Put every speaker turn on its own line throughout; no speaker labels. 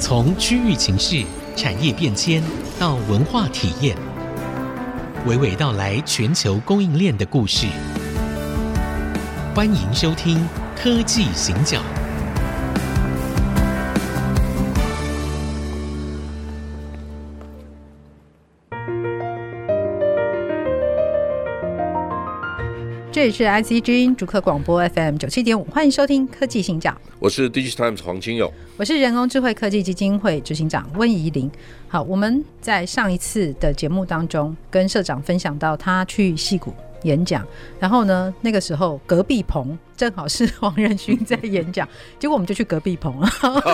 从区域情势、产业变迁到文化体验，娓娓道来全球供应链的故事。欢迎收听《科技行脚》。
这里是 IC 之音主客广播 FM 九七点五，欢迎收听科技行脚，
我是 Digitimes 黄清友。
我是人工智慧科技基金会执行长温怡玲。好，我们在上一次的节目当中跟社长分享到他去戏谷演讲，然后呢，那个时候隔壁棚正好是黄仁勋在演讲，结果我们就去隔壁棚了，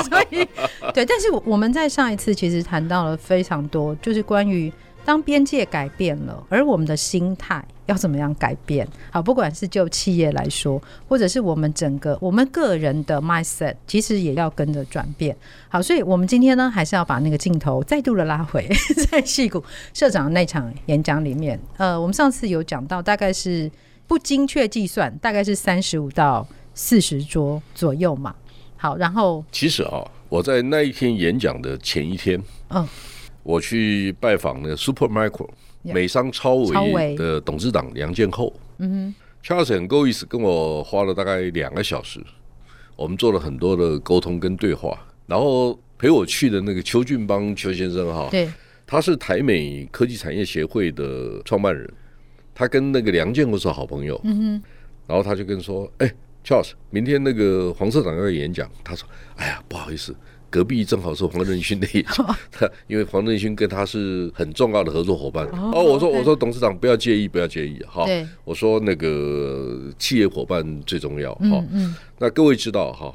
所以对，但是我我们在上一次其实谈到了非常多，就是关于当边界改变了，而我们的心态要怎么样改变？好，不管是就企业来说，或者是我们整个我们个人的 mindset，其实也要跟着转变。好，所以我们今天呢，还是要把那个镜头再度的拉回在戏谷社长那场演讲里面。呃，我们上次有讲到，大概是不精确计算，大概是三十五到四十桌左右嘛。好，然后
其实啊，我在那一天演讲的前一天，
嗯，
我去拜访那个 Supermicro
Yeah
美商超
超
维
微
的董事长梁建厚。嗯哼，Charles 很够意思，跟我花了大概两个小时，我们做了很多的沟通跟对话。然后陪我去的那个邱俊邦邱先生哈，
对，
他是台美科技产业协会的创办人，他跟那个梁建国是好朋友。嗯哼，然后他就跟说：“哎、c h a r l e s 明天那个黄社长要演讲。”他说：“哎呀，不好意思，隔壁正好是黄仁勋的演 讲， 他因为黄仁勋跟他是很重要的合作伙伴。”
哦
哦，我说：“
OK
我说董事长不要介意，不要介意，哈
对。”
我说：“那个企业伙伴最重要，哈。
嗯嗯，
那各位知道哈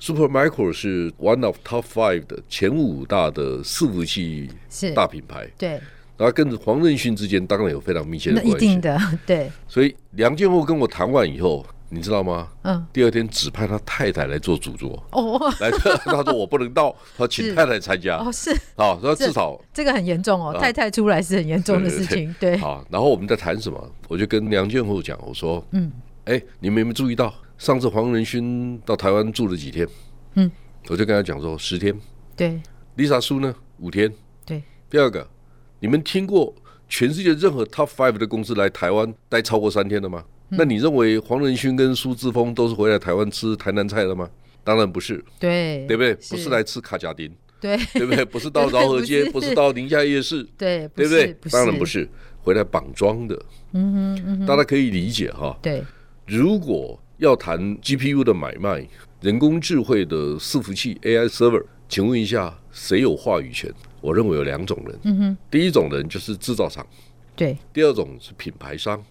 ，Supermicro 是 one of top five 的前五大的伺服器
是
大品牌。
对，
然后跟黄仁勋之间当然有非常密切的
那一
关系
定。的， 对，
所以梁建厚跟我谈完以后，你知道吗？
嗯，
第二天指派他太太来做主桌，
哦
来他说我不能到，他
是
请太太参加。
哦，是
好，那
这
至少
这个很严重哦，
啊
太太出来是很严重的事情，对，
好。然后我们在谈什么？我就跟梁建厚讲，我说，
嗯，
哎，你们有没有注意到上次黄仁勋到台湾住了几天？
嗯，
我就跟他讲说十天。
对
Lisa 苏呢五天。
对，
第二个，你们听过全世界任何 Top Five 的公司来台湾待超过三天的吗？那你认为黄仁勋跟苏志峰都是回来台湾吃台南菜的吗？当然不是，
对
对不对？
是
不是来吃卡甲 丁，
对
对不对？不是到饶河街，
不
不
是
是到宁夏夜市，
对，
对不对？
是
当然不，是，回来绑桩的。嗯哼，大家可以理解哈。
对
如果要谈 GPU 的买卖，人工智慧的伺服器 AI server，请问一下，谁有话语权？我认为有两种人，嗯哼，第一种人就是制造厂，
对
第二种是品牌商。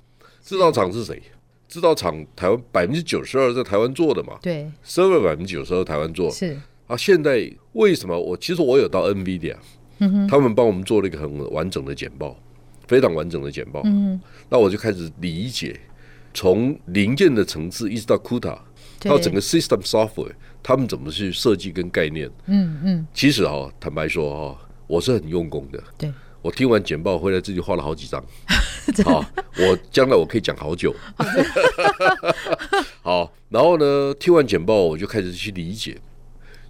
制造厂是谁？制造厂台湾百分之九十二在台湾做的嘛
对
，server 百分之九十二台湾做。
是，
啊，现在为什么我其实我有到 NVIDIA，、他啊
嗯
们帮我们做了一个很完整的简报，非常完整的简报。嗯、那我就开始理解，从零件的层次一直到 CUDA，
对
到整个 system software，他们怎么去设计跟概念。
嗯嗯
其实哦，坦白说哦，我是很用功的。
对，
我听完简报回来，自己画了好几张。 好，我将来我可以讲好久。 好，然后呢，听完简报我就开始去理解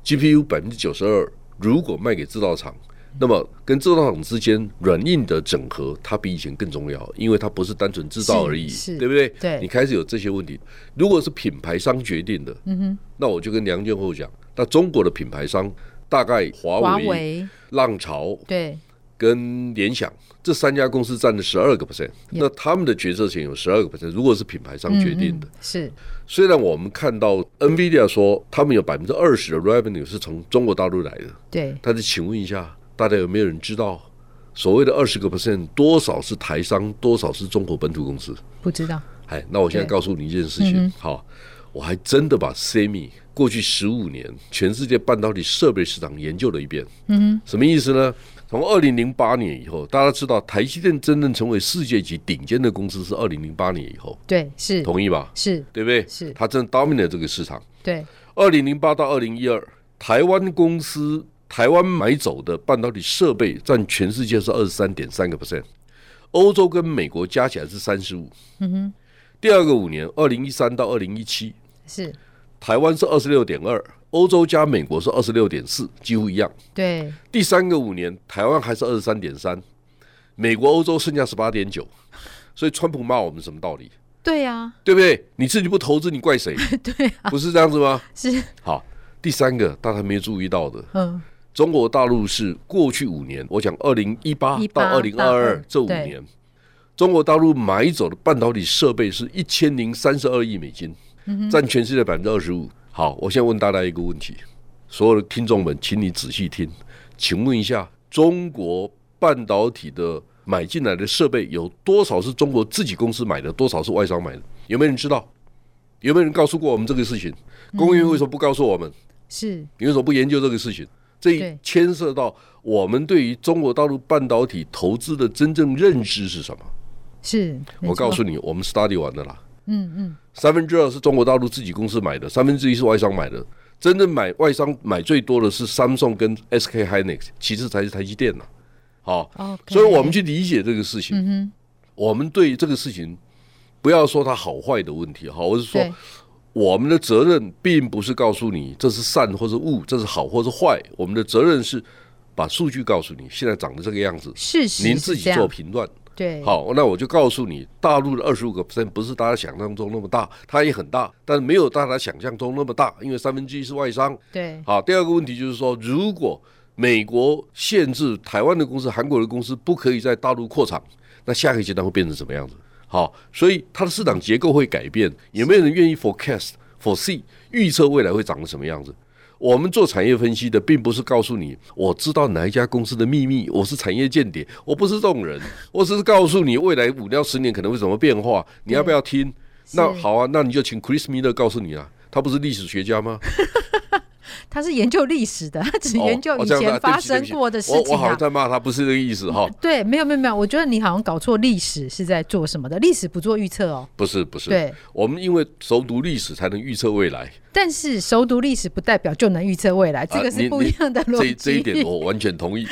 ，GPU 百分之九十二如果卖给制造厂，那么跟制造厂之间软硬的整合，它比以前更重要，因为它不是单纯制造而已
是是，
对不对？
对
你开始有这些问题，如果是品牌商决定的，嗯哼，那我就跟梁建厚讲，那中国的品牌商大概
华
华为、
为
浪潮、
对
跟联想这三家公司占了十二个 percent，那他们的决策权有十二个 percent，如果是品牌商决定的。
嗯是
虽然我们看到 NVIDIA 说他们有百分之二十的 revenue 是从中国大陆来的，
对
但是请问一下，大家有没有人知道所谓的二十个 percent 多少是台商，多少是中国本土公司？
不知道
哎，那我现在
对嗯
告诉你一件事情，好，我还真的把 semi 过去十五年全世界半导体设备市场研究了一遍。嗯什么意思呢？从二零零八年以后，大家知道台积电真正成为世界级顶尖的公司是二零零八年以后，
对是
同意吧？
是
对不对？
是
它真的 dominate 这个市场。
对
二零零八到二零一二，台湾公司台湾买走的半导体设备占全世界是二十三点三个 percent，欧洲跟美国加起来是三十五。嗯哼。第二个五年，二零一三到二零一七，
是
台湾是二十六点二，欧洲加美国是二十六点四，几乎一样。
对，
第三个五年，台湾还是二十三点三，美国、欧洲剩下十八点九，所以川普骂我们什么道理？
对啊呀，
对不对？你自己不投资，你怪谁？
对啊，
不是这样子吗？
是，
好，第三个大家没注意到的，
嗯，
中国大陆是过去五年，我讲二零一八嗯
18
到二零二
到
二这五
对
年，中国大陆买走的半导体设备是一千零三十二亿美金，占全世界百分之二十五。好，我现在问大家一个问题，所有的听众们，请你仔细听，请问一下，中国半导体的买进来的设备有多少是中国自己公司买的，多少是外商买的？有没有人知道？有没有人告诉过我们这个事情？工业院为什么不告诉我们？
是，
你为什么不研究这个事情？这
对
一牵涉到我们对于中国大陆半导体投资的真正认知是什么？
是，没
我告
错
诉，你，我们 study 完的啦，
嗯嗯，
三分之二是中国大陆自己公司买的，三分之一是外商买的。真正买外商买最多的是 Samsung 跟 SK Hynix，其次才是台积电呐、好
哦 OK
所以我们去理解这个事情，
嗯
我们对这个事情不要说它好坏的问题，哈，我是
哼，
说
对，
我们的责任并不是告诉你这是善或是恶，这是好或是坏。我们的责任是把数据告诉你，现在长得这个样子，
事实
您
是
自己
这样
做评断。
对，
好，那我就告诉你，大陆的二十五个 percent 不是大家想象中那么大，它也很大，但没有大家想象中那么大，因为三分之一是外商。
对，
好，第二个问题就是说，如果美国限制台湾的公司、韩国的公司不可以在大陆扩厂，那下个阶段会变成什么样子？好，所以它的市场结构会改变，也没有人愿意 forecast、foresee 预测未来会长得什么样子。我们做产业分析的，并不是告诉你我知道哪一家公司的秘密，我是产业间谍，我不是这种人，我只是告诉你未来五到十年可能会怎么变化，你要不要听？那
是
好啊，那你就请 Chris Miller 告诉你啊，他不是历史学家吗？
他是研究历史的， 他只
哦
研究
哦
以
这样子
前
啊对
发
不起对
生
不起
过的事
我
情
我好
啊嗯
像。在骂他，不是这个意思哈，
对，没有没有没有，我觉得你好像搞错历史是在做什么的，历史不做预测哦。
不是不是。
对，
我们因为熟读历史才能预测未来，
但是熟读历史不代表就能预测未来，这
啊
个是
你
不一
你
样的逻
这
辑。
这一点我完全同意，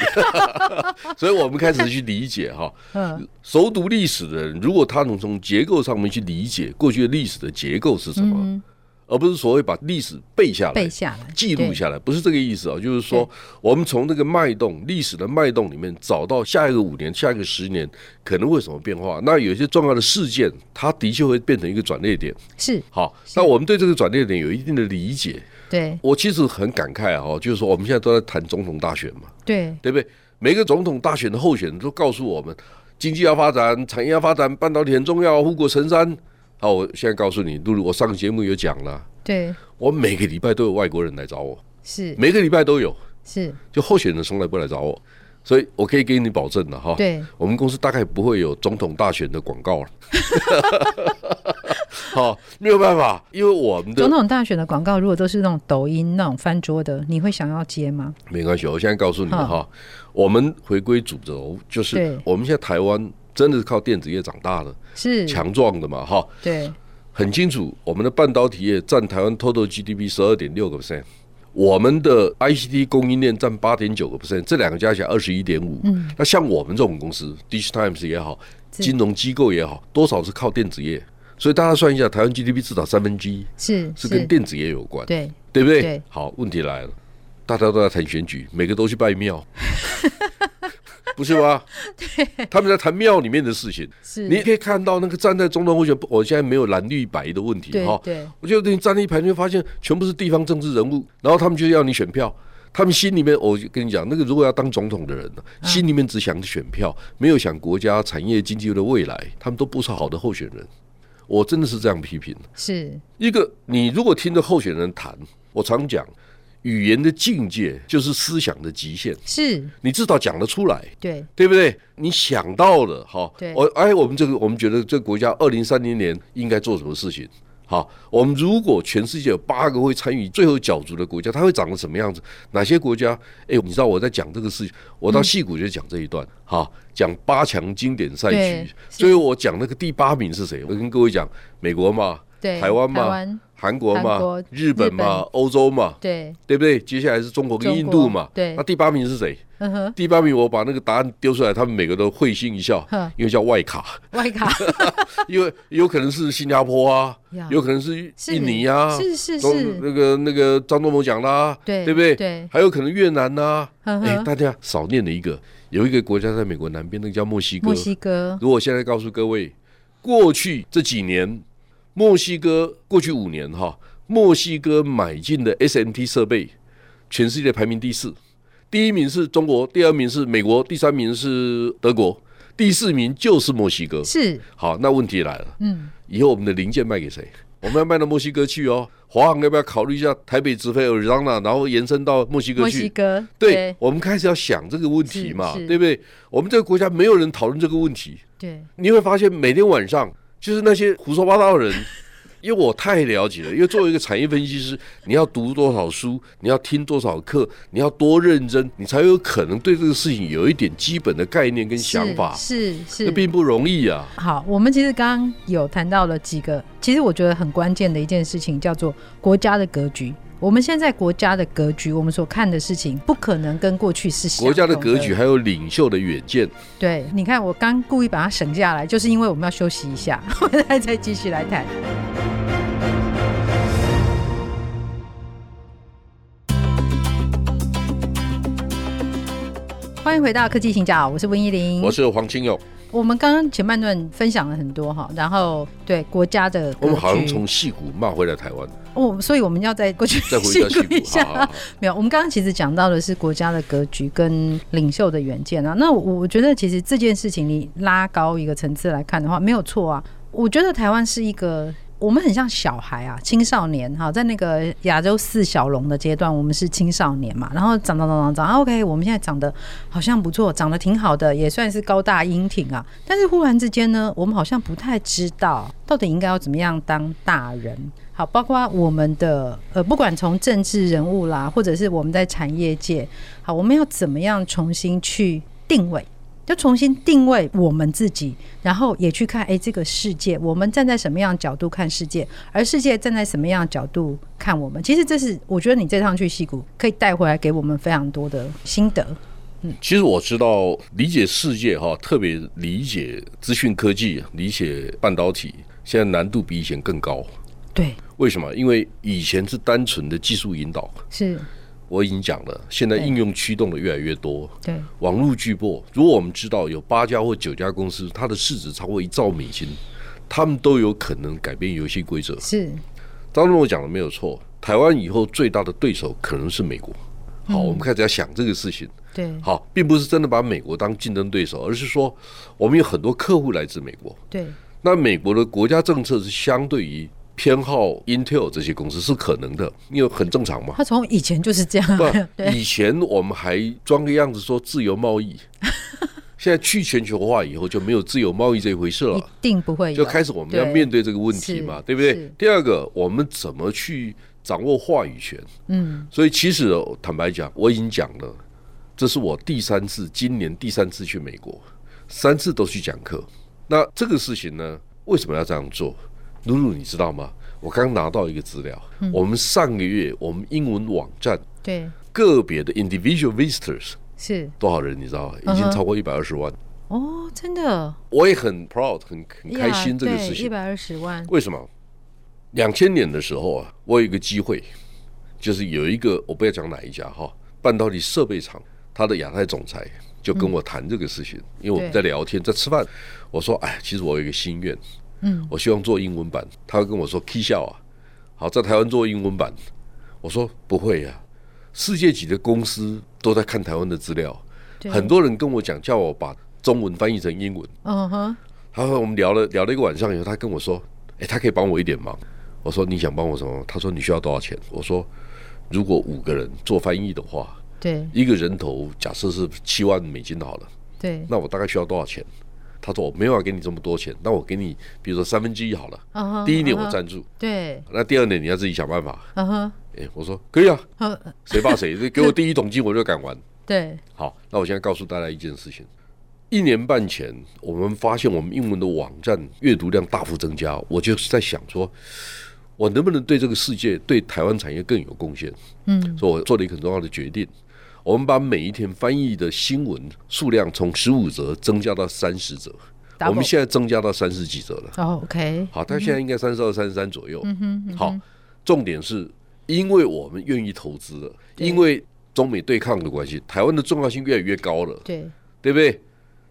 所以我们开始去理解哈。
嗯，
熟读历史的人，如果他能从结构上面去理解过去的历史的结构是什么，而不是所谓把历史背下来、
背下来，
记录
对
下来，不是这个意思啊。就是说
对，
我们从那个脉动、历史的脉动里面找到下一个五年、下一个十年可能会有什么变化。那有一些重要的事件，它的确会变成一个转捩点。
是
好，那我们对这个转捩点有一定的理解。
对
我其实很感慨哈、就是说我们现在都在谈总统大选嘛，
对
对不对？每个总统大选的候选人都告诉我们，经济要发展，产业要发展，半导体很重要，护国神山。好，我现在告诉你，露露，我上个节目有讲了，
对
我每个礼拜都有外国人来找我，
是
每个礼拜都有，
是，
就候选人从来不来找我，所以我可以给你保证了哈。
对
我们公司大概不会有总统大选的广 告了。好，没有办法，因为我们
总
的
统大选的广告如果都是那种抖音那种翻桌的，你会想要接吗？
没关系，我现在告诉你
好
哈，我们回归主轴，就
对
是我们现在台湾真的是靠电子业长大的，
是，
强壮的嘛哈，
对
很清楚，我们的半导体业占台湾 total GDP 十二点六个 percent。我们的 ICT 供应链占八点九个 percent，这两个加起来二十一点五。那像我们这种公司，Digitimes 也好，
嗯是
金融机构也好，多少是靠电子业。所以大家算一下，台湾 GDP 至少三分之一
是
是跟电子业有关，
对
对不对？
对
好，问题来了，大家都在谈选举，每个都去拜庙， 不是吗？他们在谈庙里面的事情。
是，
你可以看到那个站在中东候选，我现在没有蓝绿白的问题
对
哈。
对
我就你站了一排，你会发现全部是地方政治人物，然后他们就要你选票。他们心里面，我就跟你讲，那个如果要当总统的人呢，
啊
心里面只想选票，没有想国家产业经济的未来，他们都不是好的候选人。我真的是这样批评。
是
一个，你如果听着候选人谈，我常讲，语言的境界就是思想的极限，
是，
你至少讲得出来。
对
对不对？你想到了哈
对，
我哎，我们这个我们觉得这个国家二零三零年应该做什么事情？好，我们如果全世界有八个会参与最后角逐的国家，它会长得什么样子？哪些国家？哎，你知道我在讲这个事情，我到戏骨就讲这一段，好，讲八强经典赛
对
区，最后我讲那个第八名是谁？我跟各位讲，美国嘛，
对，
台湾嘛
台湾
韩国
韩
嘛、
国
日本嘛、欧洲嘛，
对，
对不对？接下来是中国跟
中
印
国
度嘛。
对
那第八名是谁？
嗯哼，
第八名我把那个答案丢出来，他们每个都会心一笑
哼，
因为叫 外卡，
外 卡
因为有可能是新加坡啊，
呀
有可能是
是
印尼啊，
是是
中
是，
那个那个张忠谋讲啦，
对
不对？
对嗯
还有可能越南呐、
呵呵
哎，大家少念了一个，有一个国家在美国南边，那个叫墨西哥。
墨西哥，
如果现在告诉各位，过去这几年，墨西哥过去五年哈，墨西哥买进的 SMT 设备，全世界排名第四，第一名是中国，第二名是美国，第三名是德国，第四名就是墨西哥。
是，
好，那问题来了，
嗯，
以后我们的零件卖给谁？我们要卖到墨西哥去哦。华航要不要考虑一下台北直飞 Arizona，然后延伸到墨西哥
墨
去？
西哥，
对，我们开始要想这个问题嘛，
是是
对不对？我们这个国家没有人讨论这个问题，
对，
你会发现每天晚上就是那些胡说八道 的人，因为我太了解了。因为作为一个产业分析师，你要读多少书，你要听多少课，你要多认真，你才有可能对这个事情有一点基本的概念跟想法。
是是
那
是。
并不容易啊，
好，我们其实刚刚有谈到了几个，其实我觉得很关键的一件事情，叫做国家的格局。我们现在国家的格局，我们所看的事情，不可能跟过去是相
国家的
同
格局还有领袖的远见。
对，你看，我刚故意把它省下来，就是因为我们要休息一下， 我再再继续来谈。欢迎回到科技行脚，我是温依玲，
我是黄清勇，
我们刚刚前半段分享了很多哈，然后对国家的格局
我们好像从戏谷骂回来台湾，
哦，所以我们要再过去
再回 到戏
一
谷，好好
下。
好，
没有，我们刚刚其实讲到的是国家的格局跟领袖的远见啊。那我我觉得其实这件事情你拉高一个层次来看的话，没有错啊。我觉得台湾是一个。我们很像小孩啊，青少年哈，在那个亚洲四小龙的阶段，我们是青少年嘛，然后长长长长长啊，OK，我们现在长得好像不错，长得挺好的，也算是高大英挺啊。但是忽然之间呢，我们好像不太知道到底应该要怎么样当大人。好，包括我们的呃，不管从政治人物啦，或者是我们在产业界，好，我们要怎么样重新去定位？要重新定位我们自己，然后也去看，诶，这个世界，我们站在什么样的角度看世界，而世界站在什么样的角度看我们。其实这是我觉得你这趟去戏谷可以带回来给我们非常多的心得。
其实我知道理解世界哈，特别理解资讯科技、理解半导体，现在难度比以前更高。
对，
为什么？因为以前是单纯的技术引导，
是，
我已经讲了，现在
对
应用驱动的越来越多。
对，
网络巨擘，如果我们知道有八家或九家公司，它的市值超过一兆美金，他们都有可能改变游戏规则。
是，
当中我讲的没有错，台湾以后最大的对手可能是美国。好，我们开始要想这个事情。
对，
好，并不是真的把美国当竞争对手，而是说我们有很多客户来自美国。
对，
那美国的国家政策是相对于偏好 Intel 这些公司是可能的，因为很正常嘛。
他从以前就是这样，
不，
对，
以前我们还装个样子说自由 贸易，现在去全球化以后就没有自由贸易这一回事
一
了，
定不会有
就开始我们要
对
面对这个问题
是
嘛，对不对
是？
第二个，我们怎么去掌握话语权？
嗯，
所以其实哦坦白讲，我已经讲了，这是我第三次，今年第三次去美国，三次都去讲课。那这个事情呢，为什么要这样做？露露，你知道吗？我刚拿到一个资料，
嗯
我们上个月我们英文网站
对，
个别的 individual visitors
是，
多少人，你知道吗？
嗯
已
哼
经超过一百二十万。
哦，真的，
我也很 proud，很很开心这个事
一
情。
百二十万，
为什么？两千年的时候啊，我有一个机会，就是有一个我不要讲哪一家哈，半导体设备厂，他的亚太总裁就
嗯
跟我谈这个事情，因为我们在聊天，在吃饭，我说哎，其实我有一个心愿，
嗯，
我希望做英文版，他会跟我说 K 笑啊，好，在台湾做英文版，我说不会呀、世界级的公司都在看台湾的资料，
对
很，多人跟我讲，叫我把中文翻译成英文。
嗯哼，
他说我们聊了聊了一个晚上以后，他跟我说，哎、他可以帮我一点忙。我说你想帮我什么？他说你需要多少钱？我说如果五个人做翻译的话，
对
一个人头假设是七万美金好了，
对，
那我大概需要多少钱？他说我没有要给你这么多钱，那我给你比如说三分之一好了。
嗯哼，
第一年
嗯
我
哼，
赞助，
对，
那第二年你要自己想办法。
嗯哼，
哎、我说可以啊，
呃
谁怕谁，给我第一桶金我就敢玩。
对，
好，那我现在告诉大家一件事情：一年半前，我们发现我们英文的网站阅读量大幅增加，我就是在想说，我能不能对这个世界、对台湾产业更有贡献？
嗯，
所以我做了一个很重要的决定，我们把每一天翻译的新闻数量从十五则增加到三十则，我们
double
现在增加到三十几则了。
哦，OK，
好，它现在应该三十二、三十三左右。
嗯哼，嗯
好，重点是因为我们愿意投资了，
对
因为中美对抗的关系，台湾的重要性越来越高了，
对，
对不对？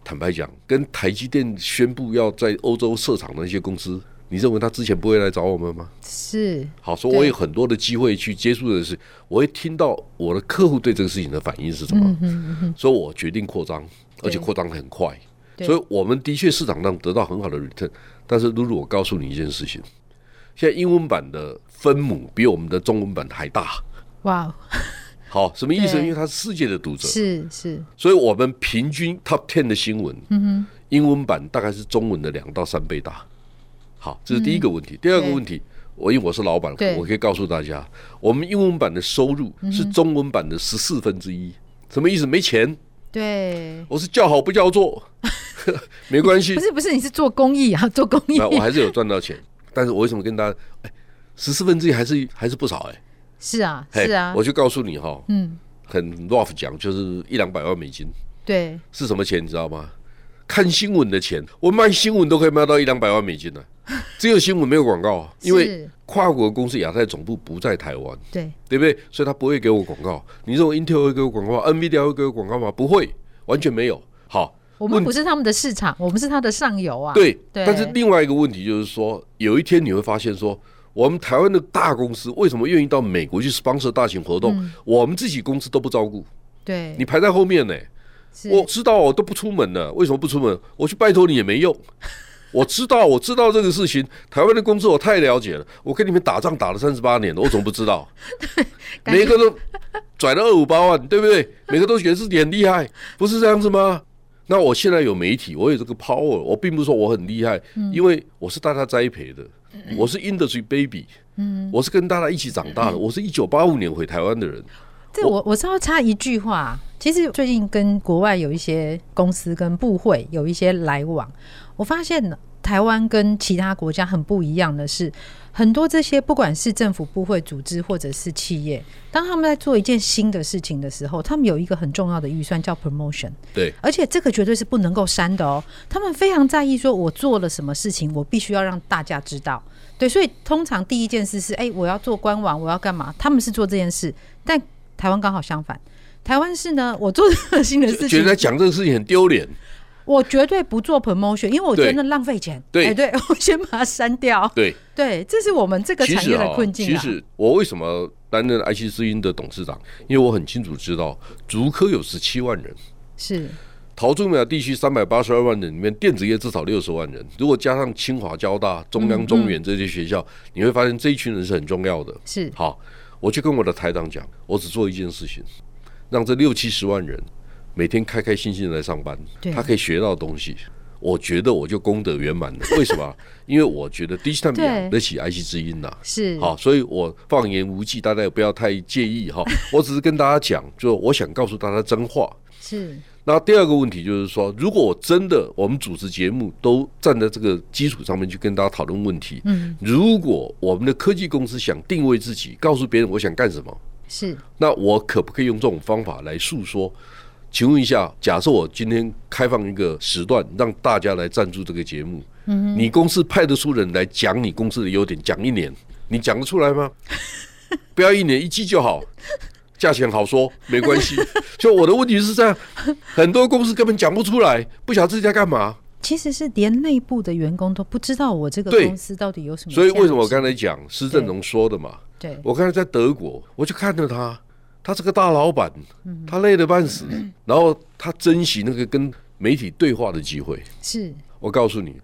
坦白讲，跟台积电宣布要在欧洲设厂的那些公司，你认为他之前不会来找我们吗？
是，
好，所以我
对
有很多的机会去接触的是，我会听到我的客户对这个事情的反应是什么，
嗯哼，嗯哼，
所以我决定扩张，而且
对
扩张得很快。
对
所以我们的确市场上得到很好的 return，但是露露，我告诉你一件事情，现在英文版的分母比我们的中文版还大。
哇，
好，什么意思？
对
因为它是世界的读者，
是是，
所以我们平均 top ten 的新闻，
嗯
英文版大概是中文的两到三倍大。好，这是第一个问题。第二个问题，我因为我是老板
嗯对，嗯
我可以告诉大家，我们英文版的收入是中文版的十四分之一。什么意思？没钱，
哼，对，
我是叫好不 叫座，没关系
不。是不是，你是做公益啊， 做公益
那我还是有赚到钱，但是我为什么跟大家，哎，十四分之一还是还是不少哎、
是啊
嘿
是啊
我，就告诉你哈，
嗯，
很 rough 讲就是一两百万美金
对，
是什么钱，你知道吗？看新闻的钱，我卖新闻都可以卖到一两百万美金呢、啊只有新闻没有广告，啊因为
是
跨国公司亚太总部不在台湾，
对
对不对？所以他不会给我广告。你认为 Intel 会给我广告，NVIDIA 会给我广告吗？不会，完全没有。好，
我们
问
不是他们的市场，我们是他的上游啊，
对，
对，
但是另外一个问题就是说，有一天你会发现说，我们台湾的大公司为什么愿意到美国去 sponsor 大型活动？
嗯
我们自己公司都不照顾，
对，
你排在后面呢、
是
我知道我都不出门了，为什么不出门？我去拜托你也没 用。我知道，我知道这个事情，台湾的公司我太了解了。我跟你们打仗打了三十八年了，我怎么不知道？
感觉
每个都拽了二五八万，对不对？每个都觉得自己很厉害，不是这样子吗？那我现在有媒体，我有这个 power，我并不是说我很厉害，
嗯
因为我是大家栽培的，我是 industry baby，嗯，我是跟大家一起长大的，我是一九八五年回台湾的人，
这我我是要插一句话，其实最近跟国外有一些公司跟部会有一些来往，我发现台湾跟其他国家很不一样的是，很多这些不管是政府部会组织或者是企业，当他们在做一件新的事情的时候，他们有一个很重要的预算叫 promotion。
对，
而且这个绝对是不能够删的哦。他们非常在意，说我做了什么事情，我必须要让大家知道。对，所以通常第一件事是，哎、我要做官网，我要干嘛？他们是做这件事，但台湾刚好相反。台湾是呢，我做这个新的事
觉
情
得，讲这个事情很丢脸，
我绝对不做 promotion，因为我觉
对
得那浪费钱。
对
哎对我先把它删掉。
对。
对，这是我们这个
其
产
实
业
啊，
的困境
其
啊。
实我为什么担任 IC 之音的董事长？因为我很清楚知道，竹科有十七万人，
是
桃竹苗地区三百八十二万人里面，电子业至少六十万人。如果加上清华、交大、中
嗯
央、中原这些学校，你会发现这一群人是很重要的。
是，
好，我就跟我的台长讲，我只做一件事情，让这六七十万人每天开开心心地来上班
对，啊
他可以学到东西。我觉得我就功德圆满了。为什么？啊因为我觉得第一他们
对
养得起 IC 之音呐、
是
好，所以我放言无忌，大家也不要太介 意哈。我只是跟大家讲，就我想告诉大家真话。
是
那第二个问题就是说，如果我真的我们主持节目都站在这个基础上面去跟大家讨论问题，
嗯，
如果我们的科技公司想定位自己，告诉别人我想干什么，
是
那我可不可以用这种方法来诉说？请问一下，假设我今天开放一个时段，让大家来赞助这个节目，嗯、你公司派得出人来讲你公司的优点，讲一年，你讲得出来吗？不要一年一季就好，价钱好说，没关系。就我的问题是这样，很多公司根本讲不出来，不晓得自己在干嘛。
其实是连内部的员工都不知道我这个
对
公司到底有什么价
所
值。
以为什么我刚才讲施正荣说的嘛？
对
我刚才在德国，我就看着他，他是个大老板，他累得半死，然后他珍惜那个跟媒体对话的机会。
是
我告诉你，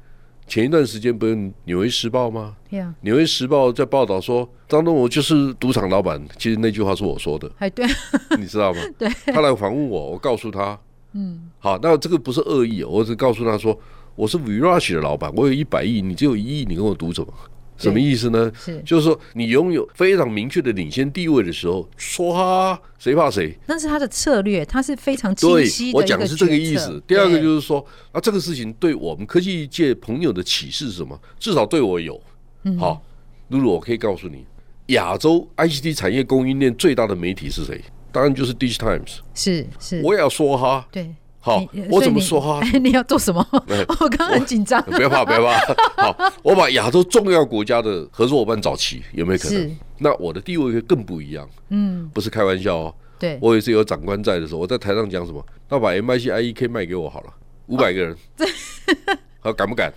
前一段时间不是《纽约时报》吗？
呀
《纽约时报》在报道说张忠谋就是赌场老板，其实那句话是我说的，
还哎 对，啊
你知道吗？
对
他来访问我，我告诉他，嗯，好，那这个不是哦恶意，我只告诉他说我是 Virage 的老板，我有一百亿，你只有一亿，你跟我赌什么？什么意思呢？
是，
就是说你拥有非常明确的领先地位的时候，唰，谁怕谁？
但是他的策略，他是非常清
对
晰，的一
我
个
讲的是这个
决
意
策
思。第二个
对
就是说，啊，这个事情对我们科技界朋友的启示是什么？至少对我有。
嗯
好，露露，我可以告诉你，亚洲 ICT 产业供应链最大的媒体是谁？当然就是 Digitimes。
是是，
我也要说哈，
对。
好
你，
我
所以
怎么
你
说哈？
哎， 你要做什么？ 我刚刚很紧张。
不要怕，不 要怕。好，我把亚洲重要国家的合作伙伴找齐，有没有可
是
能？那我的地位会更不一样，
嗯，
不是开玩笑哦。
对，
我有一次有长官在的时候，我在台上讲什么？那把 MIC IEK E 卖给我好了，五百个人，
啊
好敢不敢？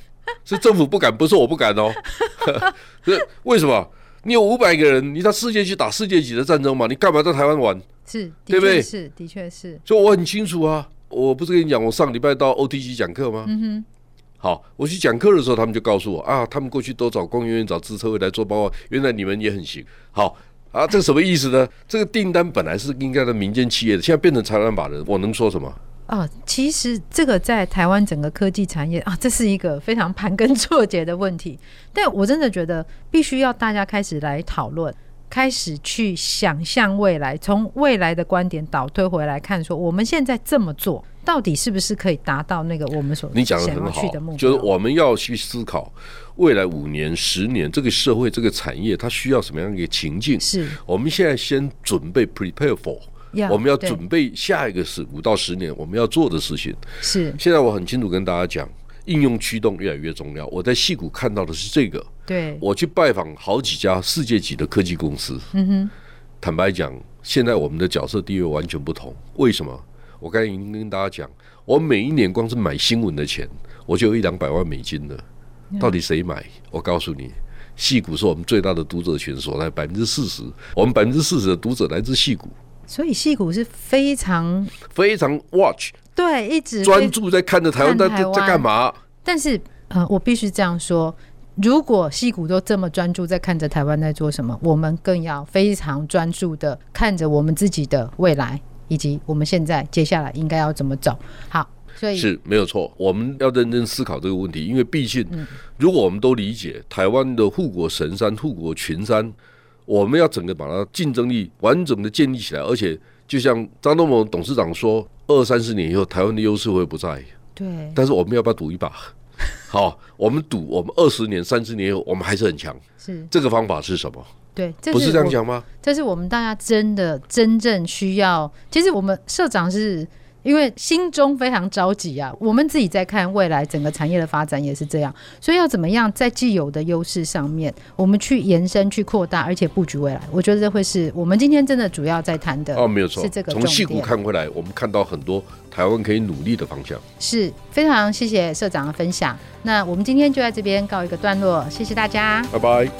是政府不敢，不是我不 敢哦。是为什么？你有五百个人，你到世界去打世界级的战争嘛？你干嘛在台湾玩？
是，的
对不
确
对
是，的确是，
所以我很清楚啊，我不是跟你讲，我上礼拜到 OTG 讲课吗？
嗯哼
好，我去讲课的时候，他们就告诉我啊，他们过去都找工研院、找资策会来做报告，原来你们也很行。好啊，这什么意思呢？这个订单本来是应该在民间企业的，现在变成财团法人，我能说什么？
哦，其实这个在台湾整个科技产业啊，这是一个非常盘根 错节的问题。但我真的觉得必须要大家开始来讨论，开始去想象未来，从未来的观点倒推回来看，说我们现在这么做，到底是不是可以达到那个我们所
你讲的
想要
很好
去的目，标？
就是我们要去思考未来五年、十年这个社会、这个产业它需要什么样的一个情境。
是
我们现在先准备 prepare for，
呀
我们要
对
准备下一个十五到十年我们要做的事情。
是，
现在我很清楚跟大家讲，应用驱动越来越重要。我在戏谷看到的是这个，
对，
我去拜访好几家世界级的科技公司。
嗯哼，
坦白讲，现在我们的角色地位完全不同。为什么？我刚才已经跟大家讲，我每一年光是买新闻的钱，我就有一两百万美金了。到底谁买？我告诉你，戏谷是我们最大的读者群所在，百分之四十，我们百分之四十的读者来自戏谷，
所以戏骨是非常
非常 watch
对，一直非
专注在看着台湾在
看台湾
在干嘛。
但是，呃，我必须这样说：如果戏骨都这么专注在看着台湾在做什么，我们更要非常专注的看着我们自己的未来，以及我们现在接下来应该要怎么走。好，所以
是没有错，我们要认真思考这个问题，因为毕竟，
嗯
如果我们都理解台湾的护国神山、护国群山，我们要整个把它竞争力完整的建立起来，而且就像张忠谋董事长说，二三十年以后台湾的优势会不在，
对，
但是我们要不要赌一把？好，我们赌，我们二十年、三十年以后，我们还是很强。
是
这个方法是什么？
对，这
不是这样
我
讲吗？
这是我们大家真的真正需要。其实我们社长是因为心中非常着急啊，我们自己在看未来整个产业的发展也是这样，所以要怎么样在既有的优势上面，我们去延伸、去扩大，而且布局未来，我觉得这会是我们今天真的主要在谈的
哦，没有错
是这。个
从
重
戏骨
点
看回来，我们看到很多台湾可以努力的方向。
是非常谢谢社长的分享。那我们今天就在这边告一个段落，谢谢大家。
拜拜。